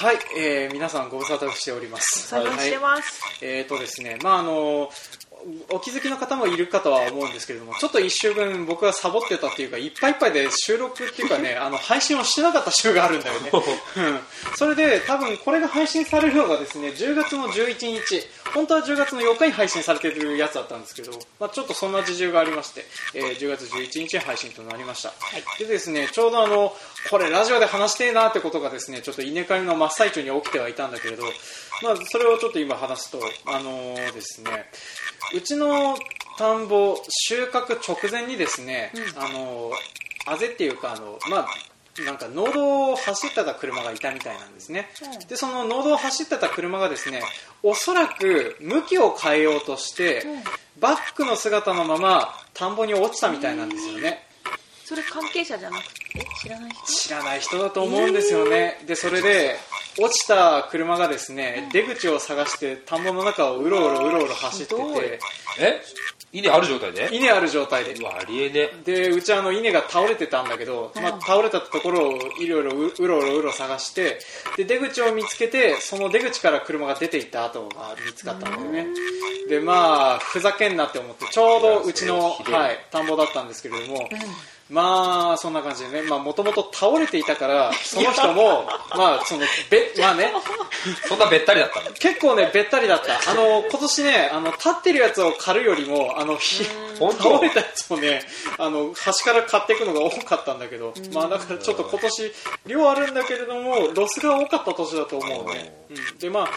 はい、えー皆さんご無沙汰しております。最近してます。えーとですね、まああのおお気づきの方もいるかとは思うんですけれども、ちょっと1週分僕がサボってたっていうか、いっぱいいっぱいで収録っていうかね、あの配信をしてなかった週があるんだよね。うんそれで多分これが配信されるのがですね、10月の11日、本当は10月の4日に配信されてるやつだったんですけど、まあちょっとそんな事情がありまして、えー10月11日に配信となりました。でですね、ちょうどあのこれラジオで話してえなってことがですね、ちょっと稲刈りの真っ最中に起きてはいたんだけれど、まあ、それをちょっと今話すと、あのーですね、うちの田んぼ、収穫直前にですね、あのーあぜっていうか、あのまあ、なんか農道を走ってた車がいたみたいなんですね、うんでその農道を走ってた車がですねおそらく向きを変えようとして、バックの姿のまま田んぼに落ちたみたいなんですよね。それ関係者じゃなくて、知らない人。知らない人だと思うんですよね、でそれで落ちた車がですね、出口を探して田んぼの中をうろうろうろうろ走ってひどいてえ稲ある状態で稲ある状態でうわ、ありえねでうちあの稲が倒れてたんだけど、まあ、倒れたところをいろいろううろうろうろ探してで出口を見つけてその出口から車が出ていった跡が見つかったんだよねでまあふざけんなって思ってちょうどうちいの、やそれひどいはい、田んぼだったんですけれども、まあそんな感じでねもともと倒れていたからその人 もまあそのべまあねそんなべったりだったの結構ねべったりだったあの今年ねあの立ってるやつを刈るよりもあのひ本倒当れたやつをねあの端から買っていくのが多かったんだけど、まあ、だからちょっと今年量あるんだけれどもロスが多かった年だと思うね、うん、でまあ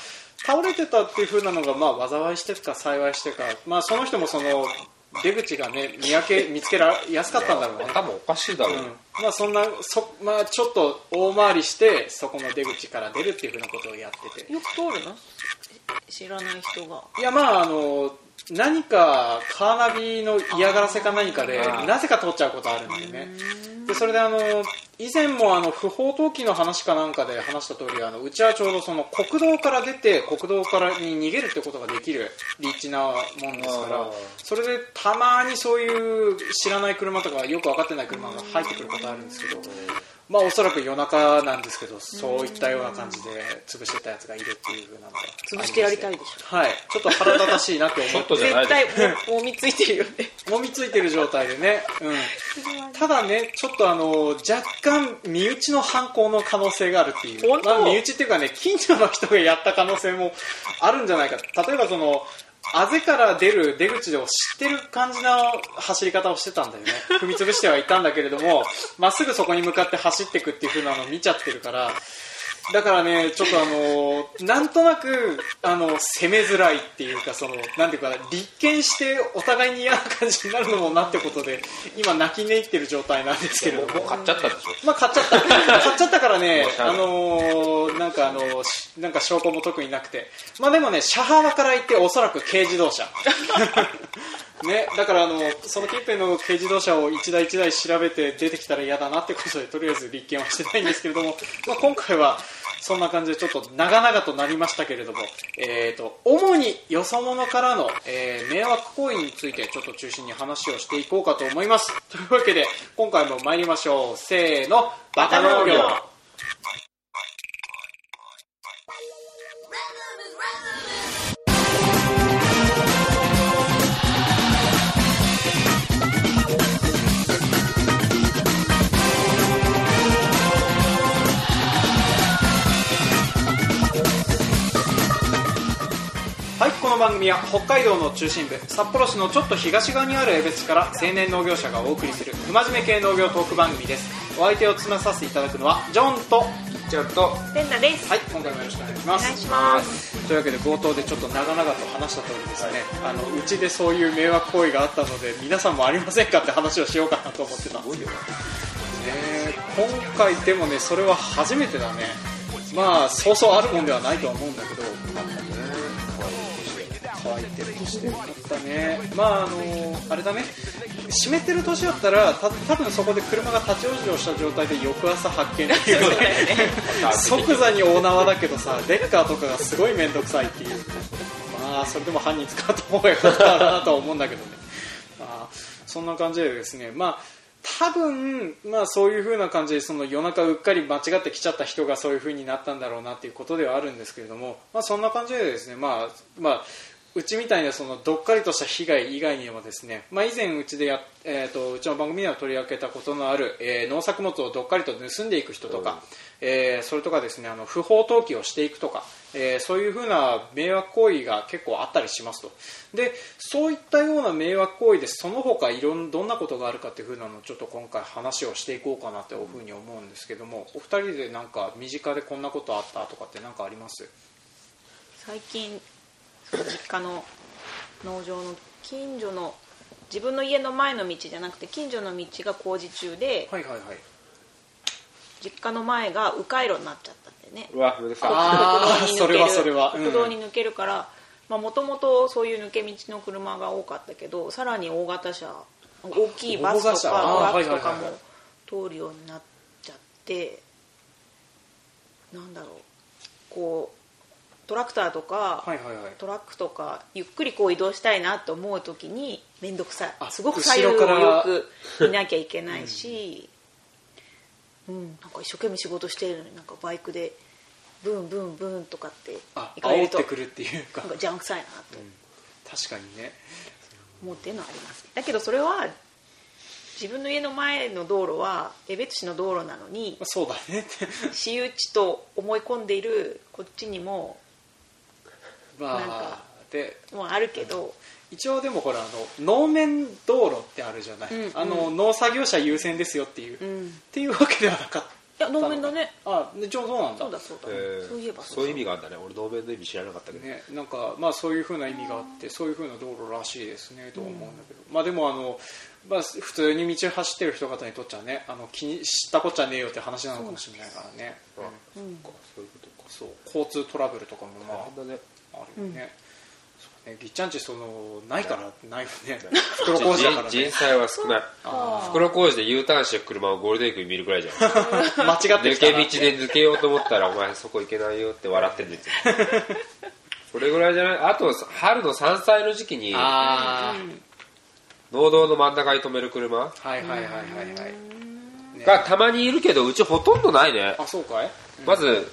倒れてたっていう風なのが、まあ、災いしてか幸いしてか、まあ、その人もその出口がね見分け見つけられやすかったんだろうね頭おかしいだろう、うんまあそんなそ、まあ、ちょっと大回りしてそこの出口から出るっていう風なことをやっててよく通るの知らない人が。いやまああの何かカーナビの嫌がらせか何かであーなぜか通っちゃうことあるんだよねでそれであの以前もあの不法投棄の話かなんかで話した通りあのうちはちょうどその国道から出て国道からに逃げるってことができる立地なもんですかあらーそれでたまにそういう知らない車とかよく分かってない車が入ってくることあるんですけどまあおそらく夜中なんですけどそういったような感じで潰してたやつがいるっていうふうなのが潰してやりたいでしはいちょっと腹立たしいなって思ちょっってとじゃない絶対でも、もみついてるよ ね。揉みついてる状態でね、うん、ただねちょっとあの若干身内の犯行の可能性があるっていう本当まあ、身内っていうかね近所の人がやった可能性もあるんじゃないか例えばそのあぜから出る出口を知ってる感じの走り方をしてたんだよね踏み潰してはいたんだけれどもまっすぐそこに向かって走っていくっていう風なのを見ちゃってるからだからね、ちょっとあのーなんとなく、あの、攻めづらいっていうか、その、なんていうかな、立件してお互いに嫌な感じになるのもなってことで、今泣き寝入ってる状態なんですけれどもうも。買っちゃったでしょまあ、買っちゃっ た。買っちゃったからねお、しゃれあのーなんかあのーしなんか証拠も特になくて。まあでもね、車幅から言っておそらく軽自動車。ね、だからあのその近辺の軽自動車を一台一台調べて出てきたら嫌だなってことでとりあえず立件はしてないんですけれども、まあ、今回はそんな感じでちょっと長々となりましたけれども、えー、と主によそ者からの、えー迷惑行為についてちょっと中心に話をしていこうかと思いますというわけで今回も参りましょうせーのバカ農業はいこの番組は北海道の中心部札幌市のちょっと東側にある江別市から青年農業者がお送りする不真面目系農業トーク番組ですお相手を務めさせていただくのはジョンとちゃんとペンダです。はい、今回もよろしくお願いしまお願いす。します。というわけで冒頭でちょっと長々と話した通りですね、あのうちでそういう迷惑行為があったので皆さんもありませんかって話をしようかなと思ってたんですよ、ね、今回でもねそれは初めてだねまあそうそうあるもんではないとは思うんだけど乾いてる年でよかったねまああのあれだね湿ってる年だったらた多分そこで車が立ち往生した状態で翌朝発見っていうね即座に大縄だけどさ デッカーとかがすごい面倒くさいっていうまあそれでも犯人捕まった方がよかったなとは思うんだけどねまあそんな感じでですねまあ多分、まあ、そういう風な感じでその夜中うっかり間違って来ちゃった人がそういう風になったんだろうなっていうことではあるんですけれども、まあ、そんな感じでですね、まあまあ、うちみたいなそのどっかりとした被害以外にもですね、まあ、以前うちでや、えー、とうちの番組では取り上げたことのある、えー農作物をどっかりと盗んでいく人とか、うんえーそれとかですねあの不法投棄をしていくとか、えーそういうふうな迷惑行為が結構あったりしますとでそういったような迷惑行為でその他いろんどんなことがあるかっていうふうなのをちょっと今回話をしていこうかなというふうに思うんですけどもお二人でなんか身近でこんなことあったとかって何かあります最近その実家の農場の近所の自分の家の前の道じゃなくて近所の道が工事中ではいはいはい実家の前が迂回路になっちゃったんでねうわうるさいあー国 そ道に抜けるれはそれはうん国道に抜けるからもともとそういう抜け道の車が多かったけどさらに大型車大きいバス大型と車かあートラックとかはいはいはいも通るようになっちゃってなんだろうこうトラクターとか、はいはいはいトラックとかゆっくりこう移動したいなと思う時に面倒くさあいすごく左右を後ろからよく見なきゃいけないし、うんなんか一生懸命仕事してるのになんかバイクでブンブンブンとかってあ行かれ煽るっとてくるっていうかなんか邪魔くさいなと確かにね思うっていうのはあります、だけどそれは自分の家の前の道路は江別市の道路なのにまあそうだねって私有地と思い込んでいるこっちにもまなんあかでもうあるけど、一応でもこれあの農面道路ってあるじゃない、うんあうの農作業者優先ですよっていう、うっん、いていうわけではなかったや農民だねあでちょうどなんだそうだそうだ、えーそういえばそういう意味があるんだね俺同盟の意味知らなかったけど、ね、なんかまあそういうふうな意味があってそういうふうな道路らしいですねとは思うんだけど、まあでもあの、まあ、普通に道走ってる人方にとっちゃねあの気に知ったこっちゃねえよって話なのかもしれないからねあうそんっかそういうことかそう交通トラブルとかもまあ大変だねあるよね,、そうねぎっちゃんちそのないからないよ ねない袋工事だから人ね人災は少ないあ袋工事で U ターンしてる車をゴールデンウィークに見るくらいじゃ んー間違って抜きたけな道で抜けようと思ったらお前そこ行けないよって笑って んですよそれぐらいじゃないあと春の山菜の時期にああ、農道の真ん中に止める車はいはいはいはいはい、ねがたまにいるけどうちほとんどないねあそうかいまず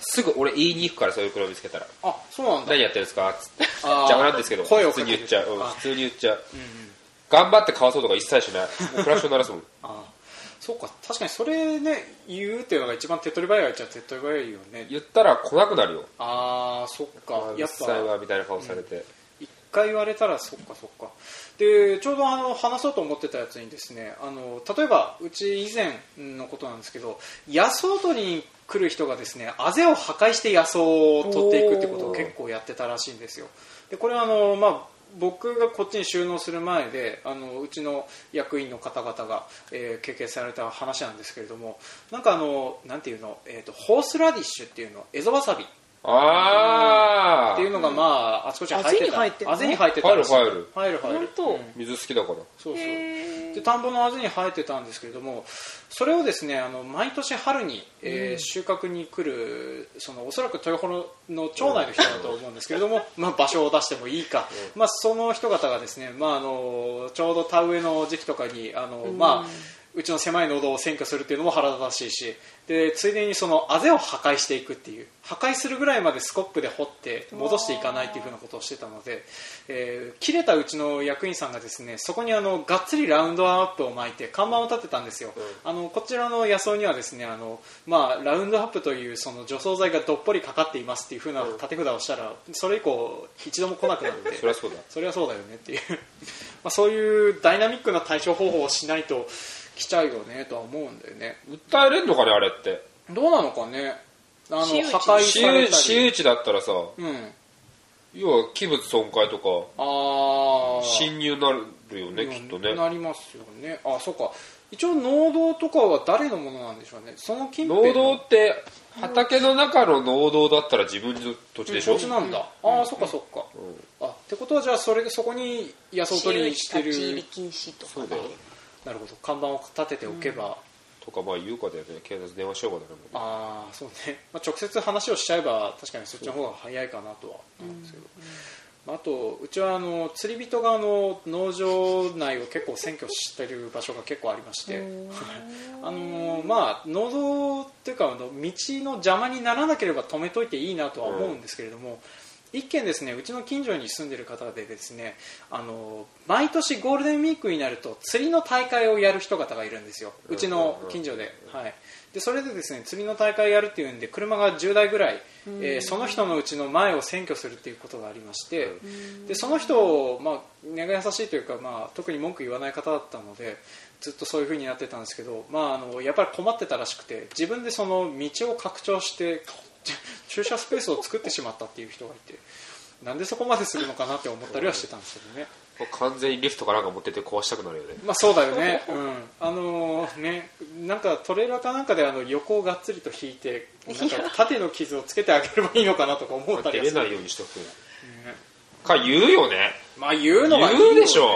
すぐ俺言いに行くからそういう車見つけたらあそうなんだ何やってるんですかつってあー邪魔なんですけど声を普か通けてに言っちゃう、うんあ普通に言っちゃううんうん頑張って買わそうとか一切しないもうクラクション鳴らす もんあそうか確かにそれね言うっていうのが一番手っ取り早いっちゃ手っ取り早いよね言ったら来なくなるよああそっかや実っ際ぱはみたいな顔されて、一回言われたらそっかそっかでちょうどあの話そうと思ってたやつにですねあの例えばうち以前のことなんですけど野草を取りに来る人がですねあぜを破壊して野草を取っていくってことを結構やってたらしいんですよでこれはあの、まあ、僕がこっちに収納する前であのうちの役員の方々が、えー経験された話なんですけれどもなんかあのなんていうの、えー、とホースラディッシュっていうのエゾわさびああっていうのがまああちこちに生えてたあぜに生えてあぜに生えてんのた入る入る入る入る本当うん水好きだからそうそうへで田んぼのあぜに生えてたんですけれどもそれをですねあの毎年春に、えー収穫に来るそのおそらく豊頃の町内の人だと思うんですけれども、まあ、場所を出してもいいか、まあ、その人方がですね、まあ、あのちょうど田植えの時期とかにあの、まあ、うちの狭い農道を占拠するっていうのも腹立たしいしでついでにそのあぜを破壊していくっていう破壊するぐらいまでスコップで掘って戻していかないっていうふうなことをしてたので、えー切れたうちの役員さんがですねそこにあのがっつりラウンドアップを巻いて看板を立てたんですよ、うあのこちらの野草にはですねあの、まあ、ラウンドアップというその除草剤がどっぽりかかっていますっていうふうな立て札をしたらそれ以降一度も来なくなるのでそりゃそうだそれはそうだよねっていうまあそういうダイナミックな対処方法をしないと来ちゃうよねとは思うんだよね訴えれんのかねあれってどうなのかねあの私有地破壊私され有た私り有地だったらさうん要は器物損壊とかああ侵入になるよねきっとねなりますよねあそうか一応農道とかは誰のものなんでしょうねその近辺農の道って畑の中の農道だったら自分の土地でしょ、うん土地なんだ、ああそっかそっか、んあってことはじゃあそれそこに野草取りにしてる立ち入り禁止とそうかだよなるほど看板を立てておけば、とかまあ言うかだよね警察電話しようかだよねああそうね、まあ、直接話をしちゃえば確かにそっちの方が早いかなとは思うんですけど、あとうちはあの釣り人があの農場内を結構占拠してる場所が結構ありましてあのまあ農道っていうかあの道の邪魔にならなければ止めといていいなとは思うんですけれども、一軒ですねうちの近所に住んでる方でですねあの毎年ゴールデンウィークになると釣りの大会をやる人方がいるんですようちの近所で,、はい、でそれでですね釣りの大会やるっていうんで車が10台ぐらい、えーその人のうちの前を占拠するっていうことがありまして、でその人を、まあ、根が優しいというか、まあ、特に文句言わない方だったのでずっとそういう風になってたんですけど、まあ、あのやっぱり困ってたらしくて自分でその道を拡張してじ駐車スペースを作ってしまったっていう人がいてなんでそこまでするのかなって思ったりはしてたんですけどね。もう完全にリフトかなんか持ってって壊したくなるよねまあそうだよ ね、うん、あのねなんかトレーラーかなんかであの横をがっつりと引いてなんか縦の傷をつけてあげればいいのかなとか思ったり出はれすなる、 いようにしとくねか言うよねまあ言うのはいいよ、ね、言うでしょ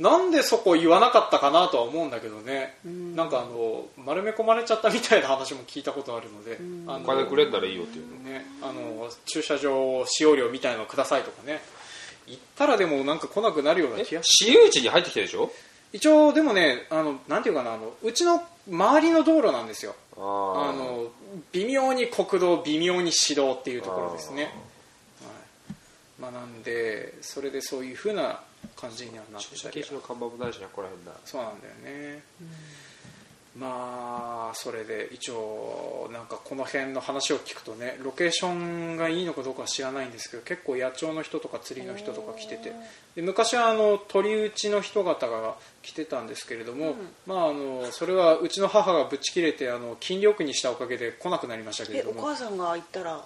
なんでそこ言わなかったかなとは思うんだけどね、なんかあの丸め込まれちゃったみたいな話も聞いたことあるので、あおの金くれんならいいよっていうのね、あの駐車場使用料みたいなのくださいとかね行ったらでもなんか来なくなるような気がし私有地に入ってきたでしょ一応でもねあのなんていうかなあのうちの周りの道路なんですよああーの微妙に国道微妙に市道っていうところですねはいまあ、なんでそれでそういうふうな感じにはなっ駐て車た禁り止の看板もないしなここら辺だそうなんだよね、まあそれで一応なんかこの辺の話を聞くとねロケーションがいいのかどうかは知らないんですけど結構野鳥の人とか釣りの人とか来ててで昔はあの鳥打ちの人方が来てたんですけれども、まあ、あのそれはうちの母がぶち切れてあの筋力にしたおかげで来なくなりましたけれえどおも母さんが行ったら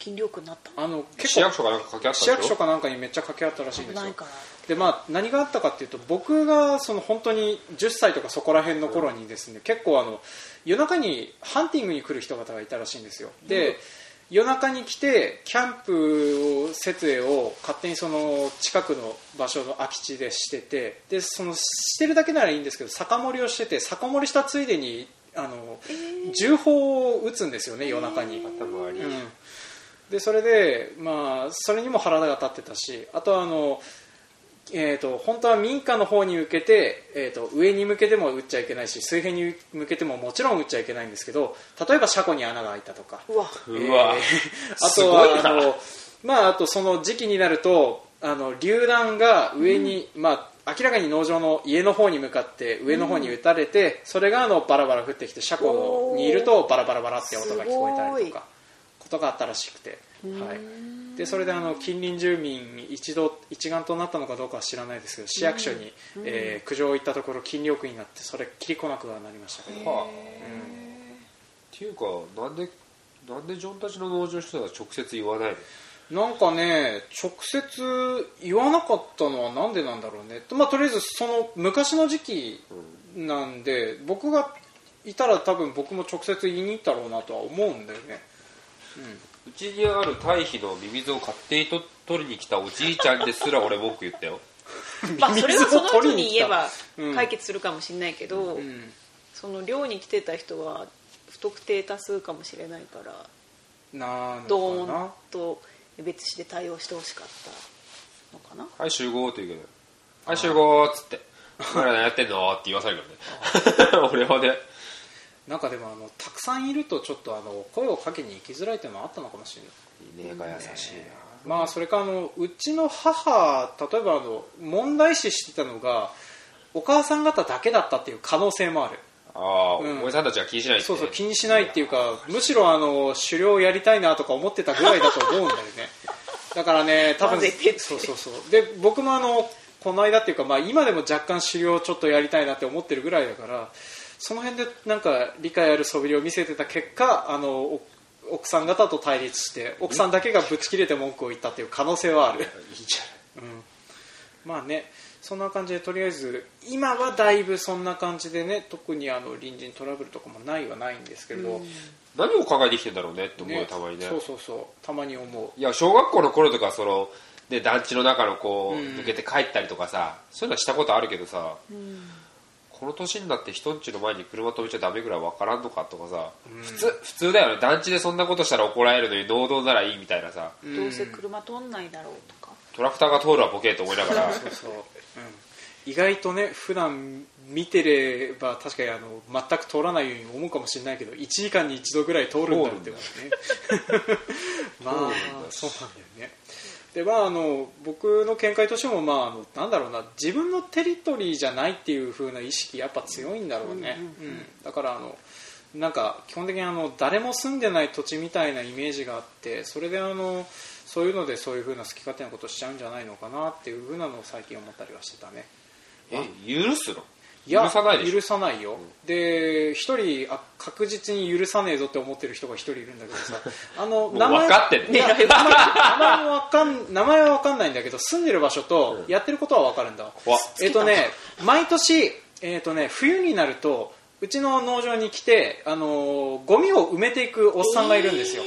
筋力になったあの結市構役所かなんか掛け合ったでし市ょ役所かなんかにめっちゃ掛け合ったらしいんですのなよいからでまあ、何があったかっていうと僕がその本当に10歳とかそこら辺の頃にですね、結構あの夜中にハンティングに来る人方がいたらしいんですよで、夜中に来てキャンプを設営を勝手にその近くの場所の空き地でしててでそのしてるだけならいいんですけど酒盛りをしてて酒盛りしたついでにあの、銃砲を撃つんですよね夜中に。頭悪いうん、でそれで、まあ、それにも腹が立ってたしあとはあの、えー、と本当は民家の方に向けて、えー、と上に向けても打っちゃいけないし水平に向けてももちろん打っちゃいけないんですけど例えば車庫に穴が開いたとかうわうわえー あすとごいはなあの、まあ、あとその時期になるとあの榴弾が上に、まあ、明らかに農場の家の方に向かって上の方に撃たれて、それがあのバラバラ降ってきて車庫のにいるとバラバラバラって音が聞こえたすりごといかことがあったらしくて。はい、でそれであの近隣住民一度一丸となったのかどうかは知らないですけど市役所に、えー苦情を言ったところ禁漁区になってそれっきり来なくはなりましたけど、はあっていうかなんでなんでジョンたちの農場の人は直接言わないのなんかね直接言わなかったのはなんでなんだろうね、とまあ、とりあえずその昔の時期なんで、僕がいたら多分僕も直接言いに行ったろうなとは思うんだよねうちにある堆肥のミミズを勝手にと取りに来たおじいちゃんですら俺文句言っ たよまあそれはその人に言えば水を取りに来たうん解決するかもしれないけど、うんその寮に来てた人は不特定多数かもしれないからなのドかーンなと別紙で対応してほしかったのかなはい集合って言うけどはい集合っつ って「お前ら何やってんの?」って言わされるからね 俺はねなんかでもあのたくさんいるとちょっとあの声をかけに行きづらいっていうのはあったのかもしれない根が優しいなまあそれかあのうちの母例えばあの問題視してたのがお母さん方だけだったっていう可能性もあるああ、うんお前さんたちは気にしないってそうそう気にしないっていうかむしろあの狩猟やりたいなとか思ってたぐらいだと思うんだよね だからね多分混ぜてってそうそうそうで僕もあのこの間っていうか、まあ、今でも若干狩猟ちょっとやりたいなって思ってるぐらいだからその辺でなんか理解ある素振りを見せてた結果あのお奥さん方と対立して奥さんだけがぶち切れて文句を言ったっていう可能性はあるいいじまあねそんな感じでとりあえず今はだいぶそんな感じでね特にあの隣人トラブルとかもないはないんですけれど、ゃ ん何を考えてきてんだろうねって思うよ、ねたまにねそうそうそうたまに思いや小学校の頃とかそので団地の中のこう、うん抜けて帰ったりとかさそういうのはしたことあるけどさ、この年になって人んちの前に車止めちゃダメぐらいわからんのかとかさ、普通普通だよね団地でそんなことしたら怒られるのに能動ならいいみたいなさうどうせ車通んないだろうとかトラクターが通るはボケーと思いなが らそうそう、うん、意外とね普段見てれば確かにあの全く通らないように思うかもしれないけど1時間に1度ぐらい通るんだってことね まあそうなんだよねでまあ、あの僕の見解としても、まあ、あのなんだろうな自分のテリトリーじゃないっていう風な意識やっぱ強いんだろうね、うんだからあのなんか基本的にあの誰も住んでない土地みたいなイメージがあってそれであのそういうのでそういう風な好き勝手なことしちゃうんじゃないのかなっていう風なのを最近思ったりはしてたねえ許すのいや許さないでしょ許さないよ、で一人あ確実に許さねえぞって思ってる人が一人いるんだけど さあのもう分かってんいねや名前名前もわか ん名前は分かんないんだけど住んでる場所とうんやってることは分かるんだわ、怖っえっとね毎年、えっとね、冬になるとうちの農場に来て、あのーゴミを埋めていくおっさんがいるんですよ、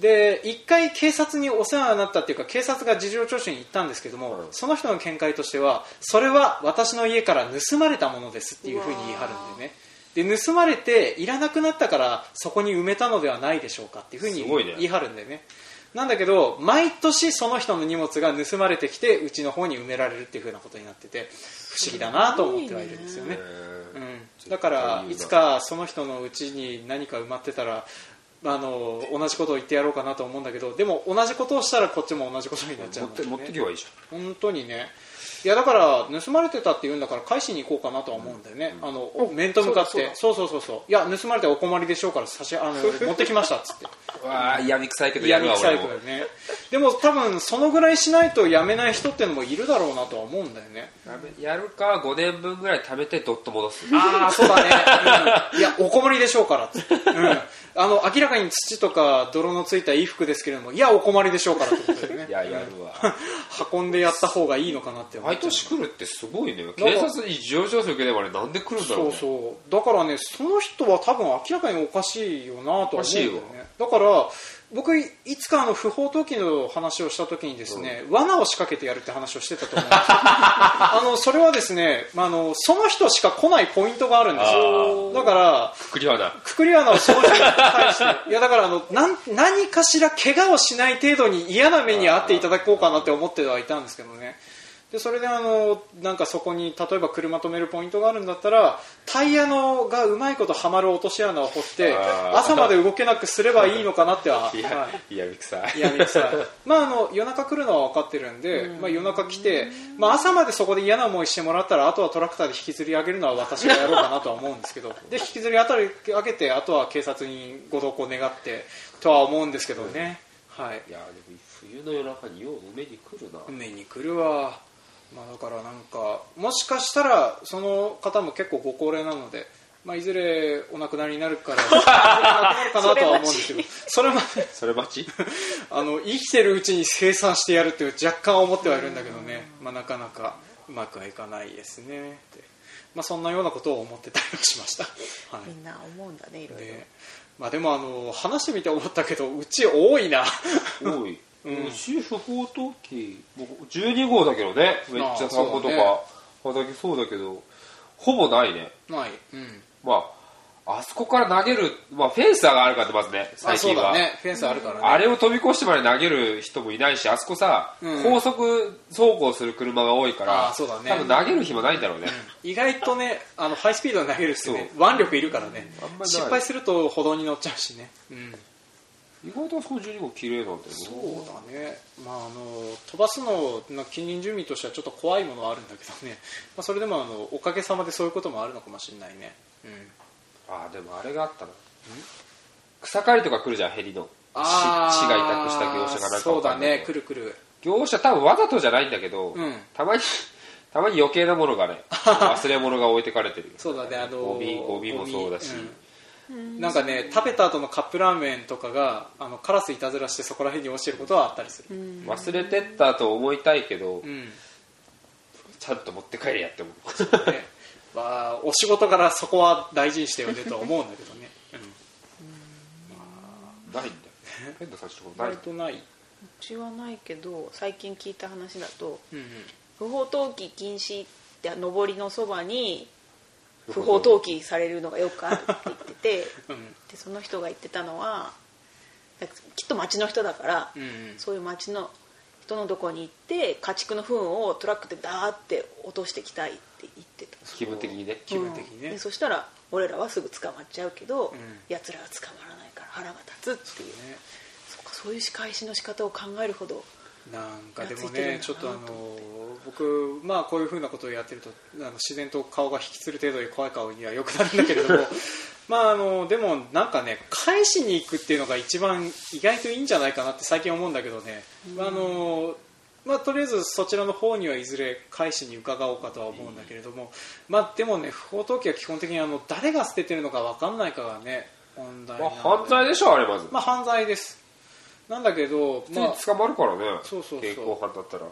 で一回警察にお世話になったっていうか警察が事情聴取に行ったんですけども、うんその人の見解としてはそれは私の家から盗まれたものですっていうふうに言い張るんでねで盗まれていらなくなったからそこに埋めたのではないでしょうかっていうふうにすごいね言い張るんだよねなんだけど毎年その人の荷物が盗まれてきてうちの方に埋められるっていうふうなことになってて不思議だなと思ってはいるんですよねえーうん、だからいつかその人のうちに何か埋まってたらあの同じことを言ってやろうかなと思うんだけどでも同じことをしたらこっちも同じことになっちゃ持うっのてで、ね、持ってけばいいじ本当にねいやだから盗まれてたって言うんだから返しに行こうかなとは思うんだよね、あのお面と向かってそうそうそうそういや盗まれてお困りでしょうから差しあの持ってきましたっつってゃんわあ闇臭い けどややるるわ気サ俺イもクだよねでも多分そのぐらいしないとやめない人ってのもいるだろうなとは思うんだよねやめやるか5年分ぐらい貯めてドッと戻すああそう だね、うんいやおこもりでしょうからっつって、うん、あの明らかに土とか泥のついた衣服ですけれどもいやおこまりでしょうからってことでねいややるわ 運んでやった方がいいのかなって思っ毎ちゃう年来るってすごいね警察に事情聴取受ければあれなんで来るんだろうそねうそうだからねその人は多分明らかにおかしいよなとは思うんだよおねかしいだから僕いつかあの不法投棄の話をした時にですね、罠を仕掛けてやるって話をしてたと思うんです よあのそれはですね、まあ、あのその人しか来ないポイントがあるんですよだからくくりはなくくり穴をその人に対していやだからあのなん何かしら怪我をしない程度に嫌な目に遭っていただこうかなって思ってはいたんですけどねでそれであのなんかそこに例えば車止めるポイントがあるんだったらタイヤのがうまいことはまる落とし穴を掘ってあー朝まで動けなくすればいいのかなってはいはやい闇臭いいやミキさんまああの夜中来るのは分かってるんで、まあ、夜中来て、まあ、朝までそこで嫌な思いしてもらったらあとはトラクターで引きずり上げるのは私がやろうかなとは思うんですけど で引きずりあたり上げてあとは警察にご同行願ってとは思うんですけどね、はいいやでも冬の夜中によう埋めに来るな目に来るわ、まあ、だからなんかもしかしたらその方も結構ご高齢なので、まあ、いずれお亡くなりになる からいずれ亡くなるかなとは思うんですけどそれまでそれ待ちあの生きてるうちに生産してやるって若干思ってはいるんだけどね、まあ、なかなかうまくはいかないですねってまあ、そんなようなことを思ってたりはしました、 はみんな思うんだねいろいいろでまあ、でもあの話してみて思ったけどうち多いな おい、んうち不法投棄もう12号だけどねめっちゃ田んぼとか、あ畑そうだけどほぼないねない、うん、まああそこから投げる、まあ、フェンサーがあるからってまずねあ最そう近はだねフェンスあるからねあれを飛び越してまで投げる人もいないしあそこさ、うん高速走行する車が多いからあそうだね多分投げる暇ないんだろうね、意外とねあのハイスピードで投げるっすねそ腕力いるからね、うんあんまりない失敗すると歩道に乗っちゃうしね、うん、意外とあそこ12号綺麗なんだよねそうだね、まあ、あの飛ばすのな近隣住民としてはちょっと怖いものはあるんだけどね、 まあ、それでもあのおかげさまでそういうこともあるのかもしれないね、うん、あーでもあれがあったな草刈りとか来るじゃんヘリの市市あーが委託した業者がなんかそわうかだんないねけくどるくる業者多分わざとじゃないんだけど、うんたまに たまに余計なものがね忘れ物が置いてかれてるそうだねあのゴミゴミもそうだし、うんなんかね食べた後のカップラーメンとかがあのカラスいたずらしてそこら辺に落ちてることはあったりする、忘れてったと思いたいけど、うんちゃんと持って帰れやって思うね まあ、お仕事からそこは大事にしてよねとは思うんだけどね、うないんだよ変な差しとこん、ない割とない、うちはないけど最近聞いた話だとうんうん、不法投棄禁止って上りのそばに不法投棄されるのがよくあるって言っててうんでその人が言ってたのはだきっと町の人だから、うんうんそういう町のどのどこに行って家畜の糞をトラックでダーって落としてきたいって言ってた気分的にね気分的にね、うんうんでそしたら俺らはすぐ捕まっちゃうけど、ん奴らは捕まらないから腹が立つっていうねそっかそういう仕返しの仕方を考えるほどなんかでもがついてるねんだなちょっとあのと思僕まあこういうふうなことをやってるとあの自然と顔が引きつる程度で怖い顔にはよくなるんだけれどもまああのでもなんかね返しに行くっていうのが一番意外といいんじゃないかなって最近思うんだけどね、あのまあ、とりあえずそちらの方にはいずれ返しに伺おうかとは思うんだけれども、まあ、でもね不法投棄は基本的にあの誰が捨ててるのか分かんないかがね問題まなのあ、で犯罪でしょあれまず、まあ犯罪ですなんだけど、まあ普通に捕まるからねそうそうそう現行犯だったら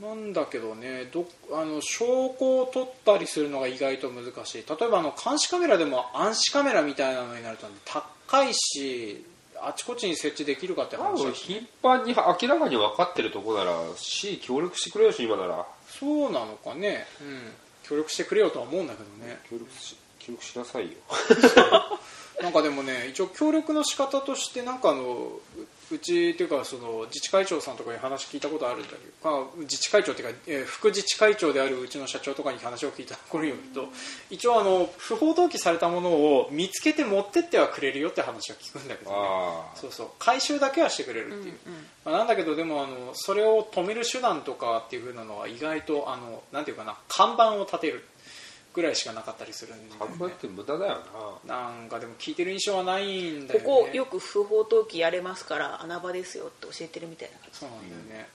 なんだけどねどあの証拠を取ったりするのが意外と難しい例えばあの監視カメラでも暗視カメラみたいなのになると、高いしあちこちに設置できるかって多話分だし頻繁に明らかに分かってるとこなら市協力してくれよし今ならそうなのかね、うん、協力してくれよとは思うんだけどね協力し協力しなさいよなんかでもね一応協力の仕方としてなんかあのううちっていうかその自治会長さんとかに話聞いたことあるんだけど、まあ、自治会長っていうか、えー副自治会長であるうちの社長とかに話を聞いたところによると一応あの不法投棄されたものを見つけて持ってってはくれるよって話は聞くんだけど、ね、あそうそう回収だけはしてくれるっていう、まあ、なんだけどでもあのそれを止める手段とかっていう風なのは意外とあのなんていうかな看板を立てるぐらいしかなかったりするんで、あ半分って無駄だよななんかでも聞いてる印象はないんだこよねこよく不法投棄やれますから穴場ですよって教えてるみたいな感じそうなんだよね、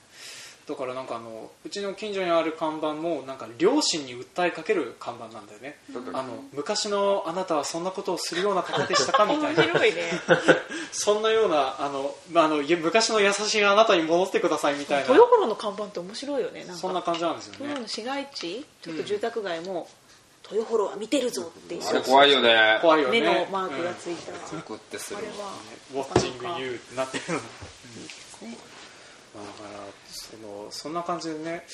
だからなんかあのうちの近所にある看板もなんか両親に訴えかける看板なんだよね、なんだっけあの昔のあなたはそんなことをするような方でしたかみた面いな 白いねそんなようなあの、まあ、あのいや昔の優しいあなたに戻ってくださいみたいな豊頃の看板って面白いよねなんかそんな感じなんですよ豊ね頃の市街地ちょっと住宅街も、豊頃は見てるぞっていうあれ怖いよね怖いよね目のマークがうんついた、あクってするれはウォッチングユーってなってるのいいですねだからそのそんな感じでね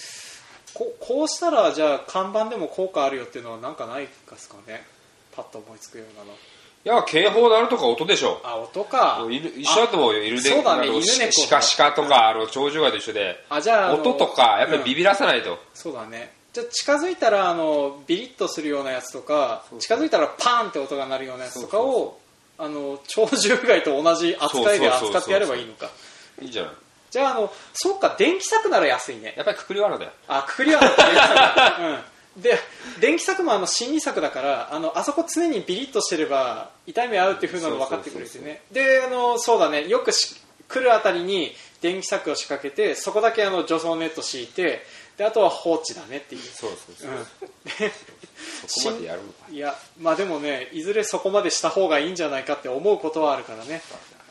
ここうしたらじゃあ看板でも効果あるよっていうのはなんかないですかねパッと思いつくようなのいや警報鳴るとか音でしょあ音かもう犬一緒だと思うよ犬でそうだねあの犬猫シカシカとかあの鳥獣害と一緒であじゃああの音とかやっぱりビうんビらさないと、そうだねじゃあ近づいたらあのビリッとするようなやつとかそう近づいたらパーンって音が鳴るようなやつとかをあの鳥獣害と同じ扱いで扱ってやればいいのかいいじゃないじゃああのそうか電気柵なら安いねやっぱりくくりわらだよあくくりは電気 柵、うん、で電気柵もあの心理柵だからあのあそこ常にビリッとしてれば痛い目合うっていう風なの分かってくれてねであのそうだねよくし来るあたりに電気柵を仕掛けてそこだけあの除草ネット敷いてであとは放置だねっていう、そうそうそう、うそこまでやるのかん、いやまあでもねいずれそこまでした方がいいんじゃないかって思うことはあるからね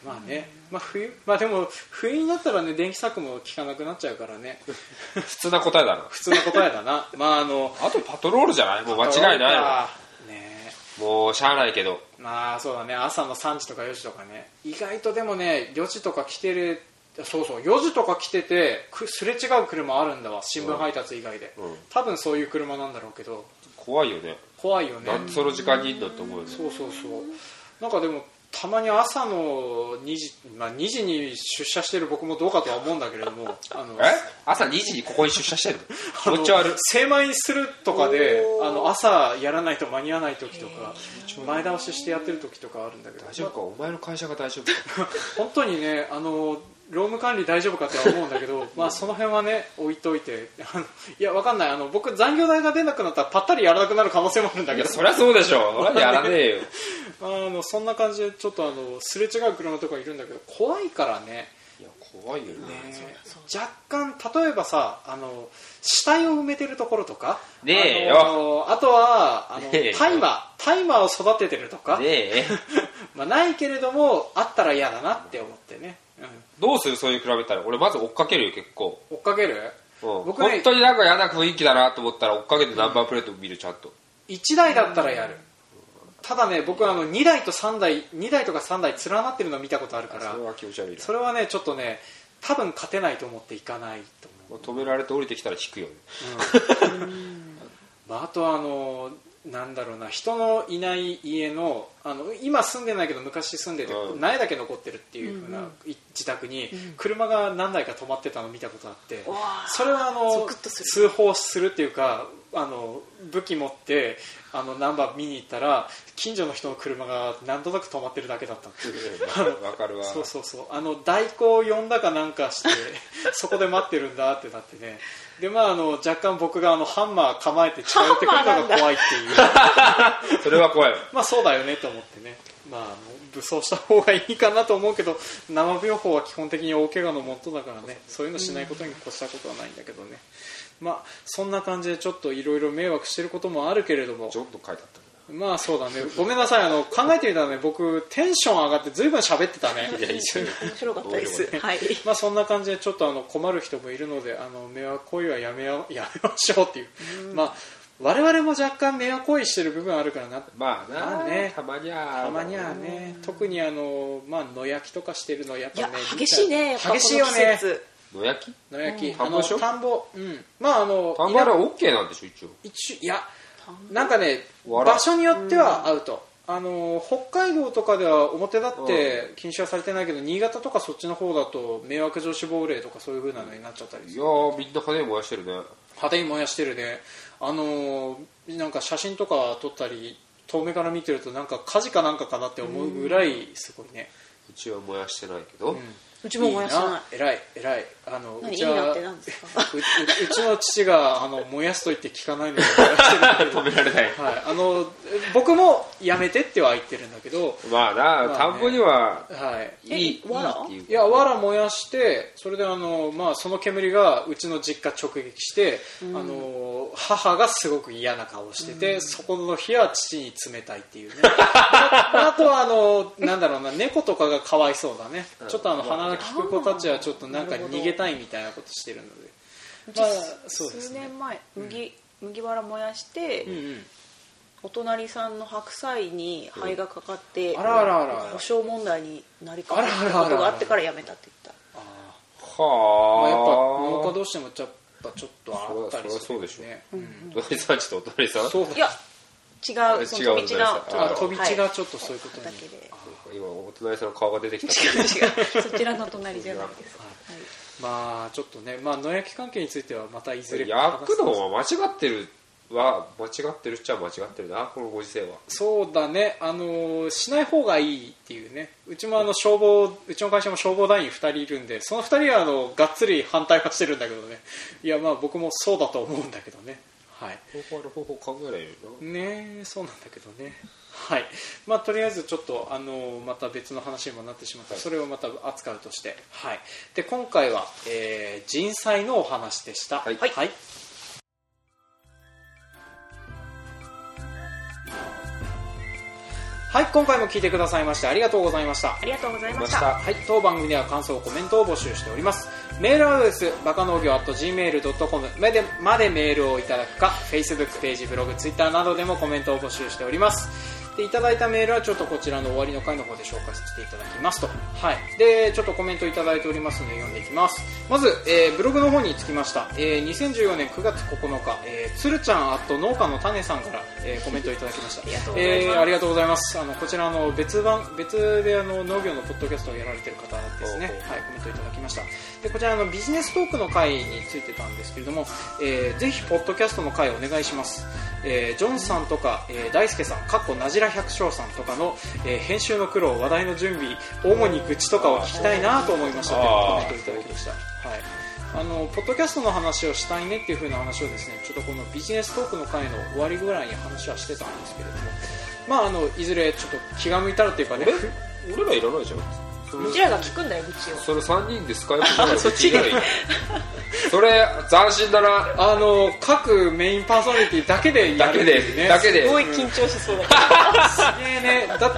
まあね、まあ冬まあでも冬になったらね電気柵も効かなくなっちゃうからね 普通な答えだな普通の答えだなまああのあとパトロールじゃないもう間違いないよねもうしゃあないけどえまあそうだね朝の3時とか4時とかね意外とでもね4時とか来てるそうそう4時とか来ててくすれ違う車あるんだわ新聞配達以外で、うん多分そういう車なんだろうけど怖いよね怖いよねなんでその時間にいんのって思うよねそうそうそうなんかでもたまに朝の2時、まあ、2時に出社してる僕もどうかとは思うんだけれど もあのえ朝2時にここに出社してるあのの気持ち悪い精米するとかでおーあの朝やらないと間に合わない時とか前倒ししてやってる時とかあるんだけど大丈夫かお前の会社が大丈夫か本当にねあの労務管理大丈夫かっては思うんだけ どまあその辺はね置いといてあのいやわかんないあの僕残業代が出なくなったらぱったりやらなくなる可能性もあるんだいけやどそりゃそうでしょなんでやらねえよ あのそんな感じでちょっとあのすれ違う車とかいるんだけど怖いからねいや怖いよね若干例えばさあの死体を埋めてるところとかねえあのあとはあの、ねえよタイマータイマーを育ててるとか、ねえまあ、ないけれどもあったら嫌だなって思ってね、うどうするそういう比べたら俺まず追っかけるよ結構ん、追っかけるうん僕ね本当になんか嫌な雰囲気だなと思ったら追っかけてナンバープレート見るちゃんと1台だったらやるただね僕はあの2台と3台2台とか3台連なってるの見たことあるかそられは気持ち悪いなそれはねちょっとね多分勝てないと思っていかないと思う止められて降りてきたら引くよねまあ、あとはあのなんだろうな人のいない家のあの今住んでないけど昔住んでてうん苗だけ残ってるっていうふううんうなんい自宅にうん車が何台か止まってたのを見たことあってうわーそれはあゾのクッとす通る報するっていうかあの武器持ってあのナンバー見に行ったら近所の人の車が何となく止まってるだけだったの わかるわそうそうそうあの代行呼んだかなんかして そこで待ってるんだってなってねでまああの若干僕があのハンマー構えて近寄ってくるのが怖いっていうそれは怖いわまあそうだよねと思ってね、まああの、武装した方がいいかなと思うけど生病法は基本的に大怪我のもとだからねそういうのしないことに越したことはないんだけどね、まあそんな感じでちょっといろいろ迷惑してることもあるけれどもジョンと書いてあったまあそうだねごめんなさいあの考えてみたらね僕テンション上がってずいぶん喋ってたねいや一緒に面白かったでどういうすはいまあそんな感じでちょっとあの困る人もいるのであの迷惑行為はやめようやめましょうっていう、まあ我々も若干迷惑行為してる部分あるからなまあな、まあねたまにゃたまにはね特にあの、まあ、野焼きとかしてるのやっいぱやね激しいねやっぱこの激季しいよね節野焼き野焼き、うん田あんぼのでしょ田んぼうんまああの田んぼあれ田は OK なんでしょ一応一いや田んぼなんかねわら場所によってはアウト、あの北海道とかでは表立って禁止はされてないけど、新潟とかそっちの方だと迷惑上死亡令とかそういう風なのになっちゃったりいすやるーみんな羽燃やしてるね派手に燃やしてるねあのなんか写真とか撮ったり遠目から見てるとなんか火事かなんかかなって思うぐらいすごいね、うちは燃やしてないけど、うんうちも燃やしてないいいな偉い偉いあのう何いいちはなってなんですかうううちの父があの燃やすと言って聞かないので 燃やしてるんだけど 止められないはい、あの僕もやめてっては言ってるんだけど、まあな、まあね田んぼにははい、いいいいえわらっていういやわら燃やしてそれであの、まあ、その煙がうちの実家直撃して、あの母がすごく嫌な顔をしてて、そこの日は父に冷たいっていうねああとはあのなんだろうな猫とかがかわいそうだね、うんちょっとあの鼻が利く子たちはちょっとなんか逃げたいみたいなことしてるのでまあそうです数ね年前麦、麦わら燃やして、うんうんお隣さんの白菜に灰がかかって、あらあらあら保証問題になりかかっあらあたらあらことがあってからやめたって言っあーまあ、やっぱ農家はどうしてもやっぱちょっとあったりするよねそりゃあ隣さんちとお隣さんそうたいや違うその違う飛び地がそうですちょあっと飛び地がはいちょっとそういうことに、だけで今お隣さんの顔が出てきた違う違うそちらの隣じゃないです、ははいまあちょっとね、まあ、野焼き関係についてはまたいずれ 焼くのは間違ってるは間違ってるっちゃ間違ってるなこのご時世はそうだねあのーしない方がいいっていうねうちもあの消防うちの会社も消防団員2人いるんでその2人はあのがっつり反対はしてるんだけどねいやまあ僕もそうだと思うんだけどねはい方法ある方法考えないよなねえそうなんだけどねはいまあとりあえずちょっとあのまた別の話にもなってしまった、はいそれをまた扱うとしてはいで今回は、えー人災のお話でしたはいはいはい今回も聞いてくださいましてありがとうございましたありがとうございままししたたはい、当番組では感想、コメントを募集しております。メールアドレス、バカ農業 .gmail.com までまでメールをいただくか、Facebook ページ、ブログ、Twitter などでもコメントを募集しております。でいただいたメールはちょっとこちらの終わりの回の方で紹介させていただきますと。はい。で、ちょっとコメントいただいておりますので読んでいきます。まず、えーブログの方につきました。えー2014年9月9日、えー、つるちゃんあと農家の種さんから、えーコメントをいただきました。ありがとうございますえーありがとうございます。あのこちらの別番別であの農業のポッドキャストをやられてる方ですね。ほうほはい、コメントいただきました。でこちらあのビジネストークの会についてたんですけれども、えーぜひポッドキャストの会お願いします。えージョンさんとか、えー大輔さん、かっこなじら百姓さんとかの、えー編集の苦労、話題の準備、主に愚痴とかを聞きたいなと思いましたというコメントをいただきました。はい。あのポッドキャストの話をしたいねっていう風な話をですねちょっとこのビジネストークの回の終わりぐらいに話はしてたんですけれどもまああのいずれちょっと気が向いたらというかね俺俺らいらないじゃんそれうちらが聞くんだよ愚痴をそれ3人でスカイプしながらそっちでそれ斬新だなあの各メインパーソナリティだけでやだるっけてでいうねだけですごい緊張しそうだからすげえねだ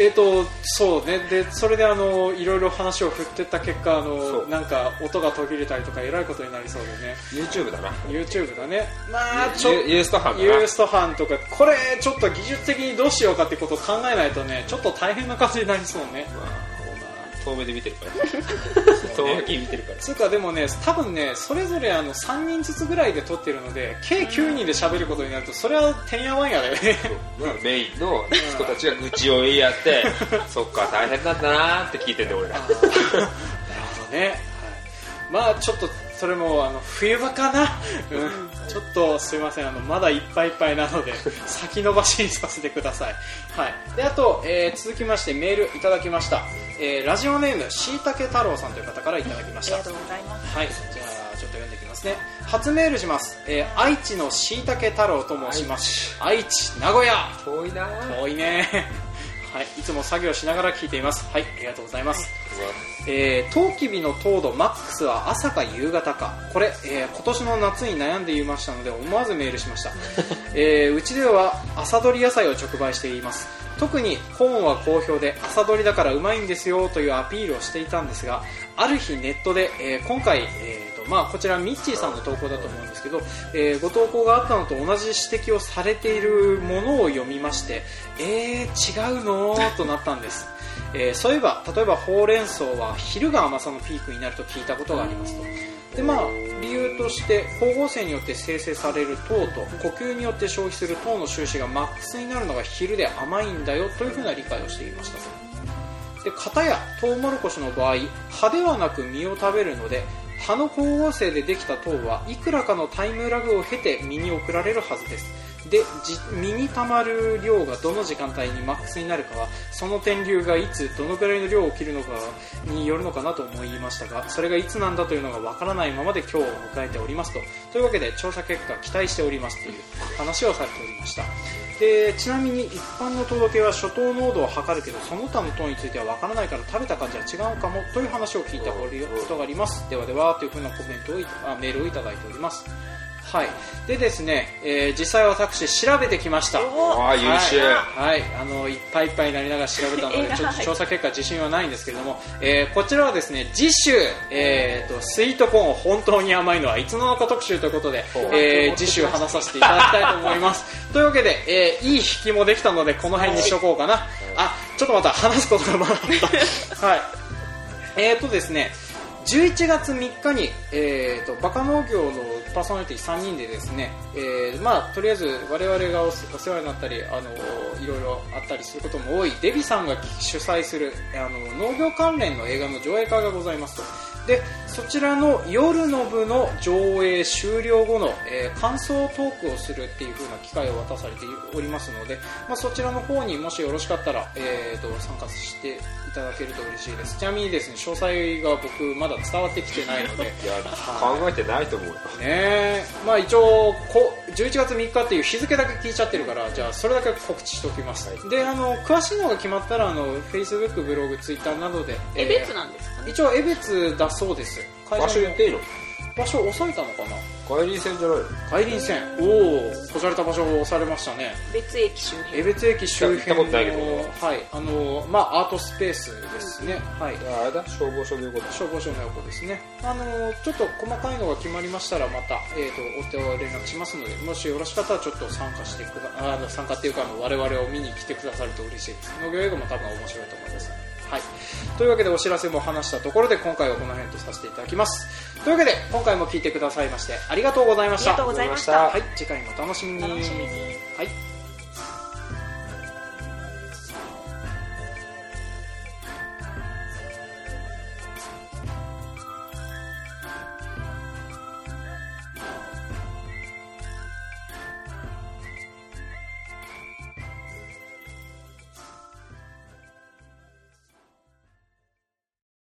えっとそうねでそれであのいろいろ話を振ってった結果あそのうなんか音が途切れたりとかえらいことになりそうでね YouTube だな YouTube だねまあちょっユユーストハンだユなーストハンとかこれちょっと技術的にどうしようかってことを考えないとねちょっと大変な感じになりそうね まあ遠目で見てるからも遠ね巻きに見てるからつうかでもね多分ねそれぞれあの3人ずつぐらいで撮ってるので計9人で喋ることになるとそれはてんやわんやだよねメインの息子たちが愚痴を言い合 ってそっか大変なんだなーって聞いてて俺らなるほどね、はい、まあちょっとそれもあの冬場かな、うん、ちょっとすいませんあのまだいっぱいいっぱいなので先延ばしにさせてください、はい、であと、えー続きましてメールいただきました、えーラジオネームしいたけ太郎さんという方からいただきまあしりたがとうございますはい、じゃあちょっと読んでいきますね初メールします、えー愛知のしいたけ太郎と申します愛知名古屋遠いなー多いねはいいつも作業しながら聞いていますはいありがとうございます、えー、トウキビの糖度マックスは朝か夕方かこれ、えー今年の夏に悩んでいましたので思わずメールしました、えーうちでは朝採り野菜を直売しています特にコーンは好評で朝採りだからうまいんですよというアピールをしていたんですがある日ネットで、えー今回、えーとまあ、こちらミッチーさんの投稿だと思うんですけど、えーご投稿があったのと同じ指摘をされているものを読みましてえー、違うのとなったんですえーそういえば例えばほうれん草は昼が甘さのピークになると聞いたことがありますとでまあ理由として光合成によって生成される糖と呼吸によって消費する糖の収支がマックスになるのが昼で甘いんだよというふうな理解をしていましたで片やトウモロコシの場合葉ではなく実を食べるので葉の光合成でできた糖はいくらかのタイムラグを経て実に送られるはずですでじ実にたまる量がどの時間帯にマックスになるかはその天竜がいつどのくらいの量を切るのかによるのかなと思いましたがそれがいつなんだというのがわからないままで今日を迎えておりますとというわけで調査結果期待しておりますという話をされておりましたでちなみに一般の届けは初等濃度を測るけどその他の糖についてはわからないから食べた感じは違うかもという話を聞いたことがありますではではというふうなコメントをいあメールをいただいておりますはいでですね、えー実際私調べてきましたああ優秀はい、はいあのいっぱいいっぱいになりながら調べたの偉でいちょっと調査結果自信はないんですけれども、えーこちらはですね次週、えーとスイートコーン本当に甘いのはいつの間にか特集ということでほう、えー次週話させていただきたいと思います というわけで、えーいい引きもできたのでこの辺にしとこうかな、あちょっとまた話すことがまだあ った、はい、えーとですね11月3日に、えー、とバカ農業のパーソナリティ3人でですね、えーまあ、とりあえず我々がお世お世話になったりあのいろいろあったりすることも多いデビさんが主催するあの農業関連の映画の上映会がございますとでそちらの夜の部の上映終了後の、えー感想トークをするっていう風な機会を渡されておりますので、まあ、そちらの方にもしよろしかったら、えー、と参加していただけると嬉しいですちなみにですね詳細が僕まだ伝わってきてないので いや考えてないと思うよねえまあ一応こ11月3日っていう日付だけ聞いちゃってるからじゃあそれだけ告知しておきます、はいであの詳しいのが決まったらあの Facebook ブログ Twitter などでえー別なんですかね一応江別だそうです会場所言っていいの場所押さえたのかな帰り線じゃないの外輪線おおこじゃれた場所を押されましたね別駅周江辺別駅周辺の行ったことないけどはいあのまあアートスペースですね、はいいやあれだ消防署でいうこと消防署の横ですねあのちょっと細かいのが決まりましたらまた、えー、とお手を連絡しますのでもしよろしかったらちょっと参加してくだあの参加っていうかあの我々を見に来てくださると嬉しいです農業映画も多分面白いと思いますはいというわけでお知らせも話したところで今回はこの辺とさせていただきますというわけで今回も聞いてくださいましてありがとうございましたありがとうございましたはい次回もお楽しみに楽しみにはい